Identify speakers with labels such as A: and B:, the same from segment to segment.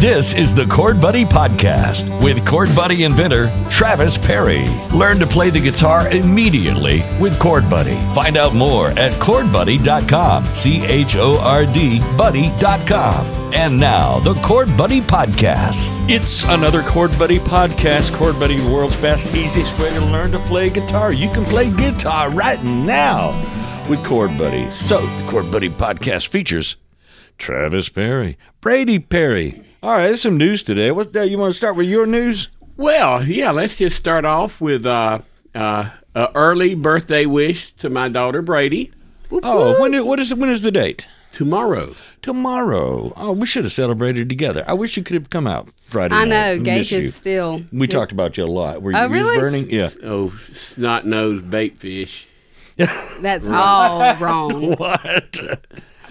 A: This is the Chord Buddy Podcast with Chord Buddy inventor Travis Perry. Learn to play the guitar immediately with Chord Buddy. Find out more at chordbuddy.com. C H O R D buddy.com. And now, the Chord Buddy Podcast.
B: It's another Chord Buddy podcast. Chord Buddy, the world's best, easiest way to learn to play guitar. You can play guitar right now with Chord Buddy. So, the Chord Buddy podcast features Travis Perry, Brady Perry. All right, there's some news today. What uh, you want to start with your news?
C: Well, yeah, let's just start off with uh, uh, a early birthday wish to my daughter Brady
B: Oh, when it, what is when is the date?
C: tomorrow.
B: Tomorrow. Oh, we should have celebrated together. I wish you could have come out Friday.
D: I
B: night.
D: know.
B: Miss
D: Gage
B: you.
D: is still.
B: We
D: just-
B: talked about you a lot. Were you,
D: Oh,
B: were you
D: really?
B: burning? Yeah.
C: Oh, snot nosed baitfish.
D: That's all wrong.
B: What?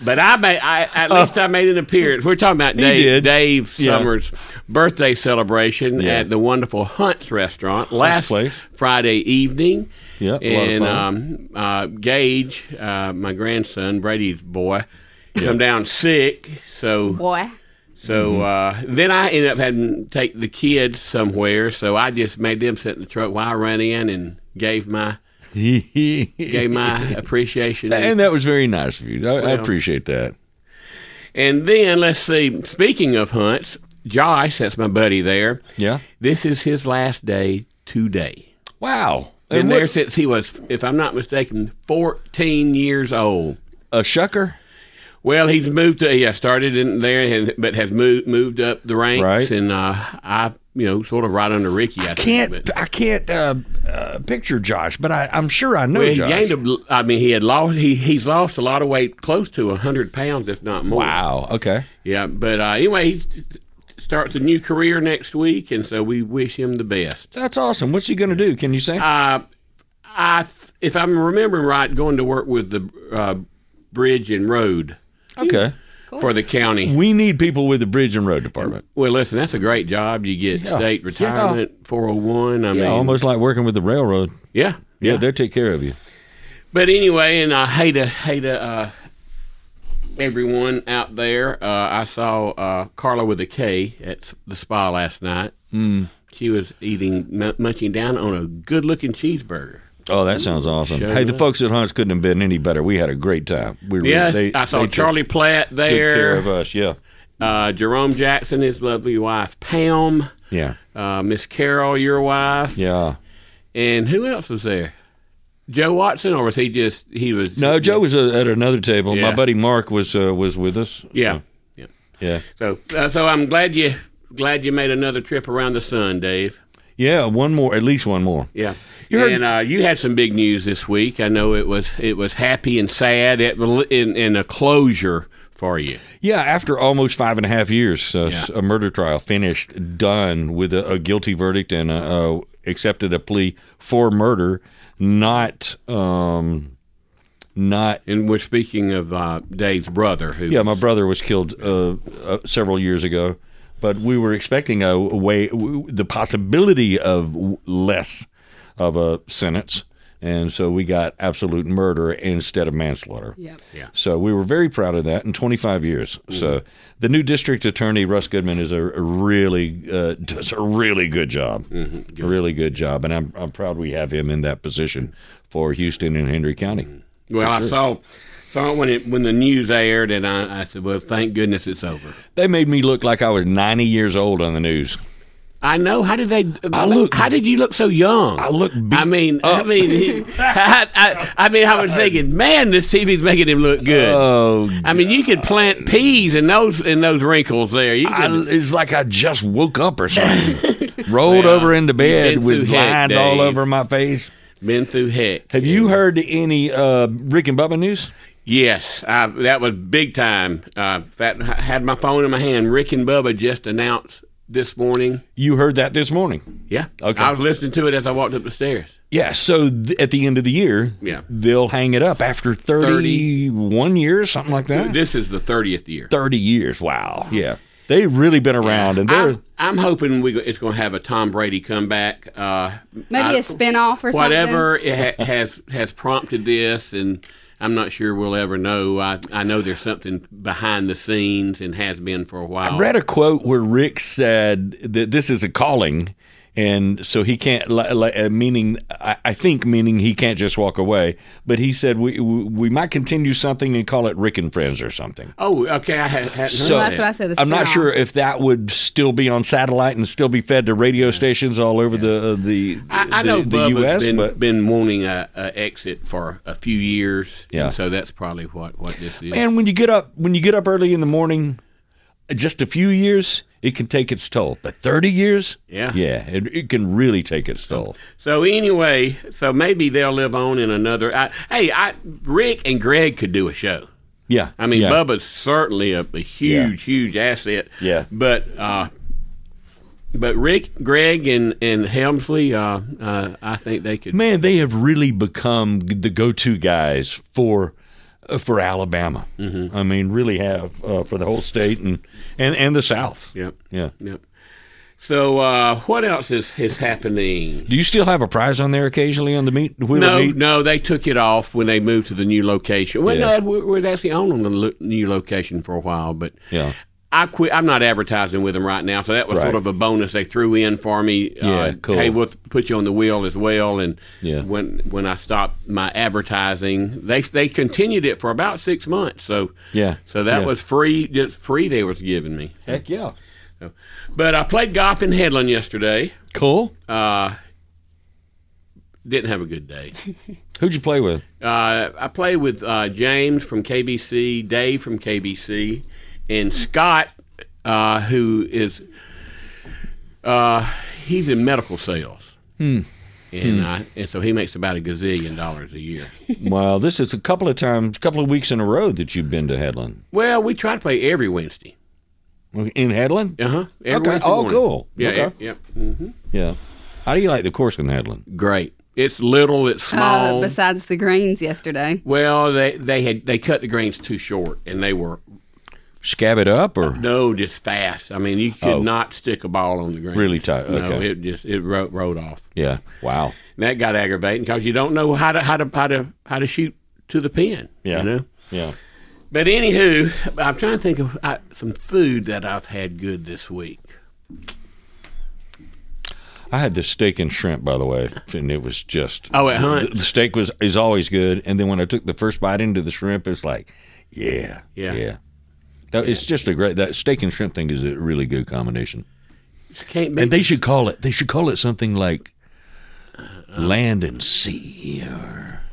C: But I made, I, at least I made an appearance. We're talking about Dave,
B: Uh. did.
C: Dave
B: Yeah.
C: Summers' birthday celebration
B: Yeah.
C: at the wonderful Hunt's restaurant last
B: place.
C: Friday evening.
B: Yeah, a lot of
C: and
B: fun.
C: um, uh, Gage, uh, my grandson Brady's boy, come down sick. So
D: Boy.
C: So
B: Mm-hmm.
C: uh, then I ended up having to take the kids somewhere. So I just made them sit in the truck while I ran in and gave my gave my appreciation.
B: And that was very nice of you. I, I
C: Well.
B: appreciate that.
C: And then let's see. Speaking of hunts, Josh, that's my buddy there.
B: Yeah.
C: This is his last day today.
B: Wow.
C: Been
B: And
C: there
B: there's
C: since he was, if I'm not mistaken, 14 years old.
B: a shucker.
C: Well, he's moved to yeah, started in there, and, but has moved moved up the ranks,
B: Right.
C: and uh, I, you know, sort of right under Ricky. I, think, but-
B: Can't I can't uh, uh, picture Josh, but I, I'm sure I know
C: Well, he
B: Josh.
C: gained a, I mean, he had lost. He he's lost a lot of weight, close to hundred pounds, if not more.
B: wow. Okay.
C: Yeah, but uh, anyway, he st- starts a new career next week, and so we wish him the best.
B: That's awesome. What's he going to do? Can you say?
C: Uh, I, th- if I'm remembering right, going to work with the uh, bridge and road
B: okay.
C: for the county.
B: We need people with the bridge and road department.
C: Well, listen, that's a great job. You get
B: Yeah.
C: state
B: Yeah.
C: retirement, 401. I
B: Yeah,
C: mean,
B: almost like working with the railroad.
C: Yeah,
B: Yeah, they'll take care of you.
C: But anyway, and I hate to hate to, uh, everyone out there. Uh, I saw uh, Carla with a K at s- the spa last night. Mm.
B: Hmm.
C: She was eating m- munching down on a good-looking cheeseburger.
B: Oh, that sounds awesome.
C: Sure
B: hey, the
C: enough.
B: folks at Hunts couldn't have been any better. We had a great time. We really-
C: Yes,
B: they-
C: I saw
B: they took
C: Charlie Platt
B: good care
C: there.
B: of us. Yeah,
C: Uh, Jerome Jackson, his lovely wife Pam,
B: yeah,
C: uh, Miss Carol, your wife,
B: yeah.
C: and who else was there? Joe Watson, or was he just he was?
B: No, Joe was uh, at another table. My
C: Yeah.
B: buddy Mark was uh, was with us.
C: Yeah,
B: So,
C: yeah.
B: yeah,
C: So, uh, so I'm glad you glad you made another trip around the sun, Dave.
B: yeah. One more, at least one more.
C: Yeah,
B: You heard-
C: and uh, you had some big news this week. I know it was it was happy and sad at, in in a closure for you.
B: Yeah, after almost five and a half years, uh,
C: Yeah.
B: a murder trial finished, done with a, a guilty verdict and uh uh accepted a plea for murder, not um, not
C: And we're speaking of uh, Dave's brother, who
B: Yeah, my brother was killed uh, uh, several years ago, but we were expecting a way, w- the possibility of w- less of a sentence, and so we got absolute murder instead of manslaughter.
D: Yep.
B: So we were very proud of that in 25 years. So the new district attorney Russ Goodman is a a really uh, does a really good job, a really good job, and I'm I'm proud we have him in that position for Houston and Henry County.
C: well, I saw saw it when it when the news aired, and I, I said, well, thank goodness it's over.
B: They made me look like I was 90 years old on the news.
C: I know. How did they?
B: I look-
C: How did you look so young? I
B: look beat
C: I mean, I mean, I, I, I mean, I was thinking, man, this TV's making him look good.
B: Oh,
C: I mean, you could plant peas in those in those wrinkles there. You
B: I,
C: could,
B: it's like I just woke up or something. Rolled
C: Yeah.
B: over into bed
C: Been
B: with
C: through heck,
B: lines all
C: Dave.
B: over my face.
C: been through heck.
B: Have you heard any uh, Rick and Bubba news?
C: Yes, I, that was big time. Uh, in fact, I had my phone in my hand. Rick and Bubba just announced this morning.
B: You heard that this morning.
C: Yeah,
B: Okay.
C: I was listening to it as I walked up the stairs.
B: Yeah. So th- at the end of the year,
C: Yeah.
B: they'll hang it up after 31 years, something like that.
C: This is the thirtieth year.
B: 30 years. Wow. Yeah. They've really been around. And they're.
C: I'm, I'm hoping we go- it's going to have a Tom Brady comeback. Uh,
D: Maybe
C: I-
D: a spin off or
C: whatever it ha- has has prompted this, and I'm not sure we'll ever know. I, I know there's something behind the scenes and has been for a while.
B: I read a quote where Rick said that this is a calling, and so he can't. li- li- uh, Meaning, I I think meaning he can't just walk away. But he said we we we might continue something and call it Rick and Friends or something.
C: oh, okay. I had, hadn't
B: So
C: heard
D: that's
C: that.
D: what I said. the
B: I'm not
D: spin-off.
B: sure if that would still be on satellite and still be fed to radio stations all over the uh, the
C: I, I
B: the,
C: know
B: the
C: Bubba's
B: U.S.
C: been,
B: but
C: been wanting a, a exit for a few years.
B: Yeah.
C: And so that's probably what, what this is.
B: man, when you get up when you get up early in the morning, just a few years it can take its toll. But 30 years,
C: Yeah.
B: yeah, it, it can really take its toll.
C: So anyway, so maybe they'll live on in another. I, hey, I Rick and Greg could do a show.
B: Yeah,
C: I mean,
B: yeah.
C: Bubba's certainly a, a huge, huge asset.
B: Yeah.
C: But uh, but Rick, Greg, and and Helmsley, uh, uh, I think they could.
B: man, they have really become the go-to guys for uh, for Alabama.
C: Mm-hmm.
B: I mean, really have uh, for the whole state and and and the South.
C: Yep.
B: yeah.
C: Yep. So uh, what else is is happening?
B: Do you still have a prize on there occasionally on the meat? Wheel of
C: No,
B: meat?
C: no, they took it off when they moved to the new location. Well,
B: Yeah.
C: no, we we're actually on the lo- new location for a while, but
B: Yeah.
C: I quit. I'm not advertising with them right now, so that was
B: Right.
C: sort of a bonus they threw in for me. Uh,
B: Yeah, cool.
C: Hey, we'll put you on the wheel as well. And
B: Yeah.
C: when when I stopped my advertising, they they continued it for about six months. So
B: Yeah,
C: so that
B: yeah.
C: was free, just free they was giving me.
B: Heck yeah.
C: So, but I played golf in Headland yesterday.
B: Cool.
C: Uh, didn't have a good day.
B: Who'd you play with?
C: Uh, I play with uh, James from KBC, Dave from KBC, and Scott, uh, who is uh, he's in medical sales,
B: Hmm.
C: and I, and so he makes about a gazillion dollars a year.
B: well, this is a couple of times, couple of weeks in a row that you've been to Headland.
C: well, we try to play every Wednesday.
B: In Headland?
C: Uh huh.
B: Okay. Oh, cool.
C: Yeah.
B: Okay.
C: Yep. hmm
B: Yeah. How do you like the course in Headland?
C: Great. It's little. It's small.
D: Uh, besides the greens yesterday.
C: well, they they had they cut the greens too short, and they were
B: Scab it up or?
C: No, just fast. I mean, you could
B: Oh.
C: not stick a ball on the green.
B: Really tight,
C: No,
B: okay.
C: it just it rode, rode off.
B: Yeah. Wow.
C: And that got aggravating because you don't know how to how to how to how to shoot to the pin.
B: Yeah.
C: You know.
B: Yeah.
C: But anywho, I'm trying to think of uh, some food that I've had good this week.
B: I had this steak and shrimp, by the way, and it was just.
C: Oh, at Hunt's.
B: The, the steak was is always good, and then when I took the first bite into the shrimp, it's like, yeah,
C: Yeah.
B: yeah. That, It's just a great that steak and shrimp thing is a really good combination.
C: Just can't make
B: And they should call it. They should call it something like land and sea or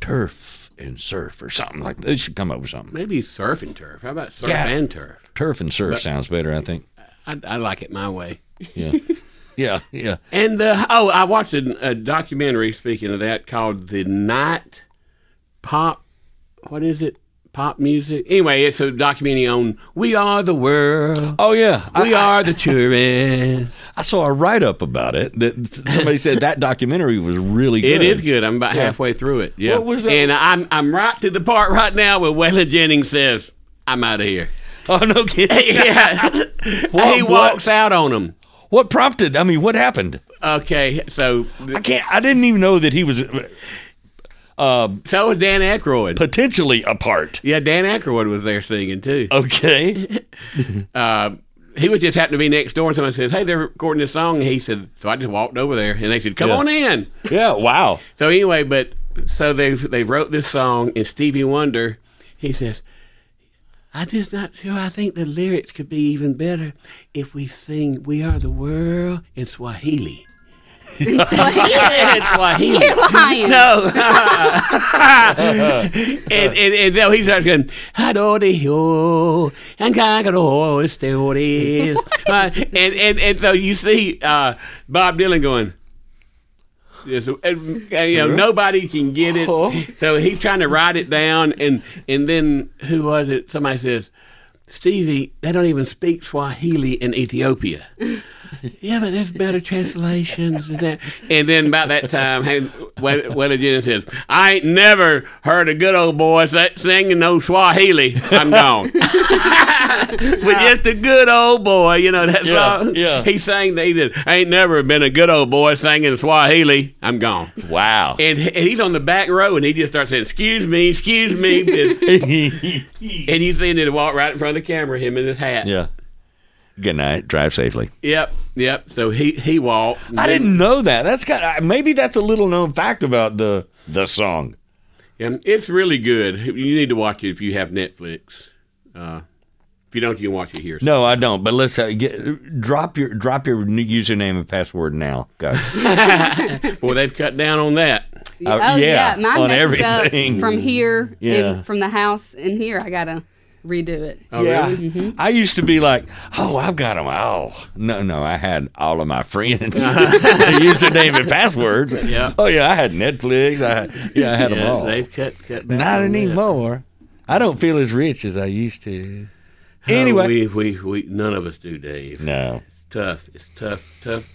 B: turf and surf or something like that. They should come up with something.
C: maybe surf and turf. How about surf
B: Yeah.
C: and turf?
B: Turf and surf sounds better, I think.
C: I, I like it my way.
B: Yeah, yeah, yeah.
C: And the oh, I watched a, a documentary. Speaking of that, called the Night Pop. What is it? Pop music. Anyway, it's a documentary on "We Are the World."
B: Oh yeah, I,
C: We are the children.
B: I saw a write up about it that s- somebody said that documentary was really good.
C: It is good. I'm about halfway through it. Yeah.
B: What was that?
C: And I'm I'm right to the part right now where Waylon Jennings says, "I'm out of here."
B: Oh no kidding.
C: yeah.
B: What-
C: he
B: what?
C: walks out on him.
B: what prompted? I mean, what happened?
C: Okay. So
B: I can't. I didn't even know that he was uh,
C: so is Dan Aykroyd.
B: potentially a part.
C: yeah, Dan Aykroyd was there singing too.
B: Okay.
C: uh, he was just happened to be next door, and someone says, "Hey, they're recording this song." And he said, "So I just walked over there," and they said, "Come
B: Yeah.
C: on in."
B: Yeah. Wow.
C: So anyway, but so they they wrote this song, and Stevie Wonder, he says, "I just not sure. I think the lyrics could be even better if we sing "We Are the World" in Swahili." Yeah, Swahili.
D: You're lying.
C: No. and, and, and no, he starts going, Hadorio, and Kagaro, stories. Uh, and, and, and so you see uh, Bob Dylan going, yes, uh, and, and, you know, nobody can get it.
B: Huh?
C: So he's trying to write it down. And, and then who was it? Somebody says, Stevie, they don't even speak Swahili in Ethiopia. yeah, but there's better translations than that. And then by that time, hey, what, what did Jenna says, I ain't never heard a good old boy sa- singing no Swahili. I'm gone. but just a good old boy, you know, that's
B: Yeah,
C: all.
B: yeah.
C: He sang, he did, I ain't never been a good old boy singing Swahili. I'm gone.
B: Wow.
C: And, and he's on the back row, and he just starts saying, "Excuse me, excuse me," and, and you see him walk right in front of the camera, him in his hat.
B: yeah. Good night. Drive safely.
C: Yep, yep. So he he walked.
B: I didn't know that. That's kind of, maybe that's a little known fact about the the song.
C: And it's really good. You need to watch it if you have Netflix. Uh, if you don't, you can watch it here.
B: No, I don't. But let's uh, get, drop your drop your new username and password now, guys.
C: Boy, they've cut down on that.
B: Uh,
D: oh
B: yeah,
D: yeah, mine
B: on
D: messes
B: everything.
D: up from here
B: Yeah.
D: and from the house and here. I gotta redo it.
C: Oh,
B: yeah,
C: really?
D: Mm-hmm.
B: I used to be like, oh, I've got them. Oh, no, no, I had all of my friends' username and passwords.
C: Yeah.
B: Oh yeah, I had Netflix. I had, yeah, I had them
C: Yeah,
B: all.
C: They've cut cut down.
B: Not
C: on that.
B: anymore. I don't feel as rich as I used to.
C: Oh,
B: Anyway,
C: we, we we none of us do, Dave.
B: no.
C: It's tough. It's tough. Tough.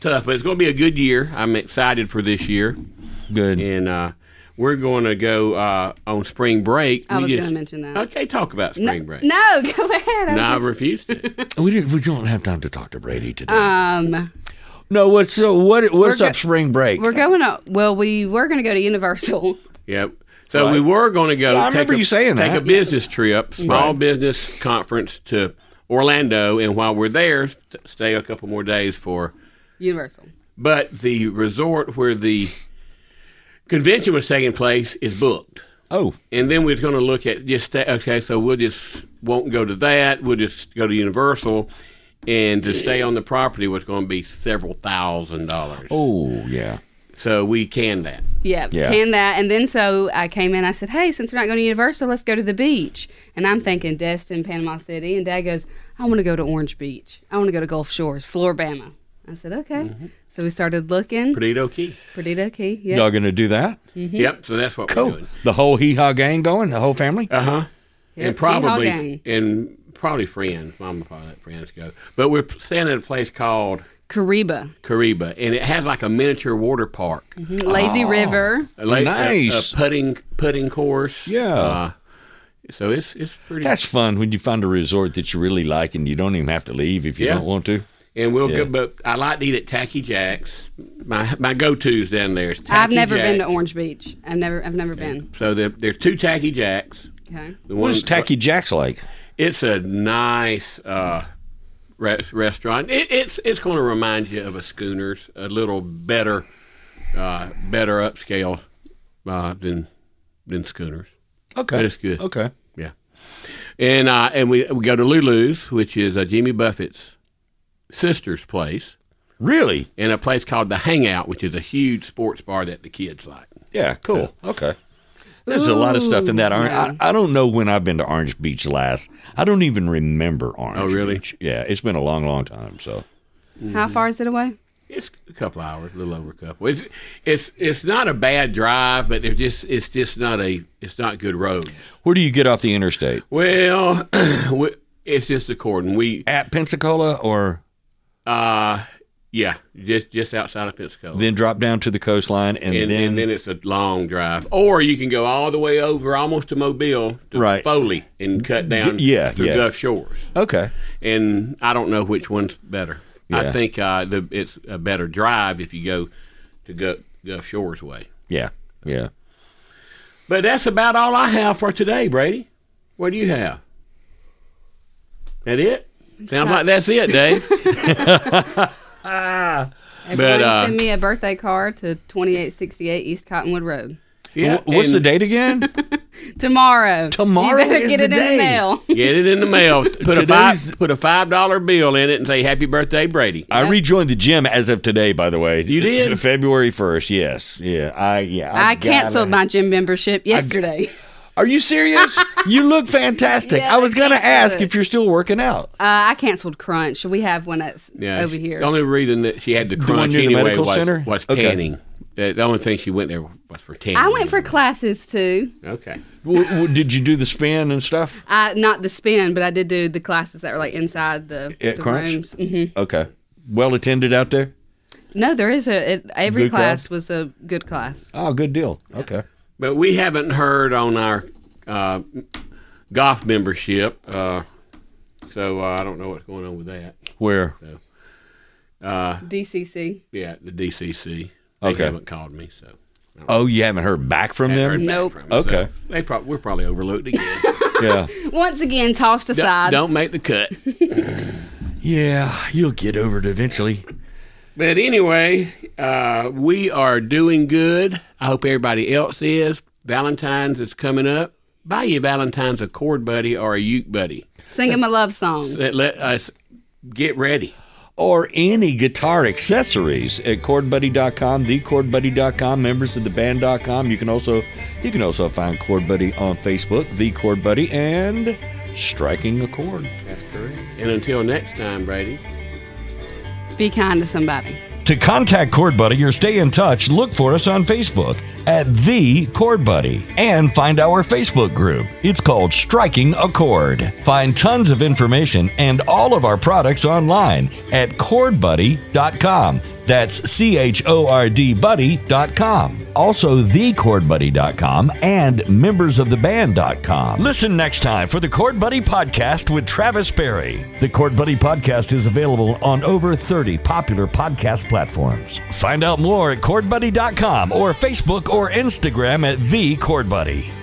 C: Tough. But it's going to be a good year. I'm excited for this year.
B: Good.
C: and uh, we're going to go uh, on spring break.
D: I
C: We
D: was
C: just-
D: gonna mention that.
C: Okay, talk about
D: No,
C: spring break. No,
D: no, go ahead. I was
C: I
D: just-
C: refused it.
B: We, didn't, we don't have time to talk to Brady today.
D: um,
B: no, what's so what what's
D: We're go-
B: up spring break?
D: we're going to. Well, we were gonna go to Universal.
C: yep. So we were going to go.
B: Yeah, I
C: take
B: remember
C: a,
B: you saying
C: take
B: that.
C: a business trip, small
B: Right.
C: business conference to Orlando, and while we're there, st- stay a couple more days for.
D: Universal.
C: But the resort where the convention was taking place is booked.
B: oh,
C: And then we're going to look at just stay, okay. So we'll just won't go to that. We'll just go to Universal, and to stay on the property was going to be several thousand dollars.
B: oh yeah.
C: So we can that.
D: Yeah,
B: Yeah.
D: can that. And then so I came in. I said, "Hey, since we're not going to Universal, let's go to the beach." And I'm thinking Destin, Panama City, and Dad goes, "I want to go to Orange Beach. I want to go to Gulf Shores, Floribama." I said, "Okay." So we started looking.
C: Perdido Key.
D: Perdido Key. Yeah.
B: Mm-hmm. Y'all gonna do that?
C: Yep. So that's what we're
B: Mm-hmm. Cool.
C: doing.
B: The whole hee haw gang going, the whole family.
C: Uh huh.
D: Yeah,
C: and probably
D: Yeehaw gang.
C: and probably friends. Mom and probably let friends go. But we're staying at a place called
D: Kariba,
C: Kariba, and it has like a miniature water park.
D: Mm-hmm.
B: Oh,
D: Lazy River.
C: A lake- a-
B: Nice.
C: A, putting putting course.
B: Yeah.
C: Uh, so it's it's pretty.
B: That's fun when you find a resort that you really like and you don't even have to leave if you
C: Yeah.
B: don't want to.
C: And we'll
B: Yeah.
C: go, but I like to eat at Tacky Jack's. My my go tos down there is Tacky
D: I've never been to
C: Jack's.
D: Orange Beach. I've never. I've never been.
C: So there, there's two Tacky Jacks.
D: Okay.
C: The
B: What
C: one-
B: is Tacky Jack's like?
C: It's a nice uh, re- restaurant. It, it's it's going to remind you of a Schooners, a little better, uh, better upscale uh, than than Schooners.
B: Okay,
C: That is good.
B: Okay,
C: Yeah. And uh, and we, we go to Lulu's, which is uh, Jimmy Buffett's sister's place.
B: really?
C: in a place called the Hangout, which is a huge sports bar that the kids like.
B: Yeah, cool. Okay. There's a lot of stuff in that. Orange. I, I don't know when I've been to Orange Beach last. I don't even remember Orange.
C: Oh, really?
B: Beach. Yeah, it's been a long, long time. So Mm-hmm.
D: How far is it away?
C: It's a couple hours, a little over a couple. It's it's it's not a bad drive, but they're just it's just not a it's not good roads.
B: where do you get off the interstate?
C: Well, we- it's just a cordon. We
B: At Pensacola, or
C: uh yeah, just just outside of Pensacola.
B: then drop down to the coastline, and,
C: and,
B: then,
C: and then it's a long drive, or you can go all the way over almost to Mobile to
B: Right.
C: Foley and cut down
B: yeah,
C: to
B: yeah.
C: Gulf Shores.
B: okay,
C: and I don't know which one's better.
B: Yeah.
C: I think uh, the, it's a better drive if you go to Gu- Gulf Shores way.
B: yeah, yeah.
C: But that's about all I have for today, Brady. What do you have? That it? Sounds like that's it, Dave.
D: Everyone
C: uh,
D: send me a birthday card to 2868 East Cottonwood Road.
C: Yeah,
B: Wh- What's the
C: and
B: date again?
D: Tomorrow.
B: Tomorrow
D: You better
B: is
D: get
B: the
D: it in
B: day.
D: the mail.
C: Get it in the mail. Put a
B: Today's-
C: five put a five dollar bill in it and say Happy Birthday, Brady.
D: Uh,
B: I rejoined the gym as of today, by the way.
C: You did?
B: February first. Yes. Yeah. I yeah.
D: I
B: gotta-
D: canceled my gym membership yesterday.
B: Are you serious? you look fantastic.
D: Yeah,
B: I was gonna
D: I canceled
B: ask
D: it.
B: if you're still working out.
D: Uh, I canceled Crunch. We have one that's
C: Yeah,
D: over
C: she-
D: here.
C: The only reason that she had the crunch
B: one near the
C: anyway
B: medical
C: was,
B: center?
C: was
B: Okay.
C: tanning. The the only thing she went there was for ten.
D: I went for classes too.
C: okay.
E: W- w- did you do the spin and stuff?
D: I, not the spin, but I did do the classes that were like inside the,
E: At
D: the
E: Crunch?
D: rooms. hmm
E: Okay. Well attended out there?
D: No, there is a it, every
E: Good class?
D: class was a good class.
E: Oh, good deal. Okay.
C: But we haven't heard on our uh, golf membership, uh, so uh, I don't know what's going on with that.
E: Where?
D: DCC.
C: Yeah, the DCC. They
E: Okay.
C: haven't called me, so
E: Oh, you haven't heard back from them?
C: Heard back
D: Nope.
C: from them, so
E: Okay.
C: they probably we're probably overlooked again.
E: Yeah.
D: Once again, tossed aside.
C: don't, don't make the cut.
E: yeah, you'll get over it eventually.
C: But anyway, uh, we are doing good. I hope everybody else is. Valentine's is coming up. Buy you Valentine's a cord buddy or a uke buddy.
D: Sing him a love song.
C: Let, let us get ready.
E: or any guitar accessories at chordbuddy.com, thechordbuddy.com, members of the band.com. You can also you can also find Chord Buddy on Facebook, The Chord Buddy, and Striking a Chord.
C: That's correct. And until next time, Brady.
D: Be kind to somebody.
B: To contact Chord Buddy or stay in touch, look for us on Facebook at The Chord Buddy and find our Facebook group. It's called Striking a Chord. Find tons of information and all of our products online at chordbuddy.com. That's C H O R D buddy.com. Also, thechordbuddy.com and membersoftheband.com. Listen next time for the Chord Buddy Podcast with Travis Berry. The Chord Buddy Podcast is available on over 30 popular podcast platforms. Find out more at chordbuddy.com or Facebook or Instagram at The Chord Buddy.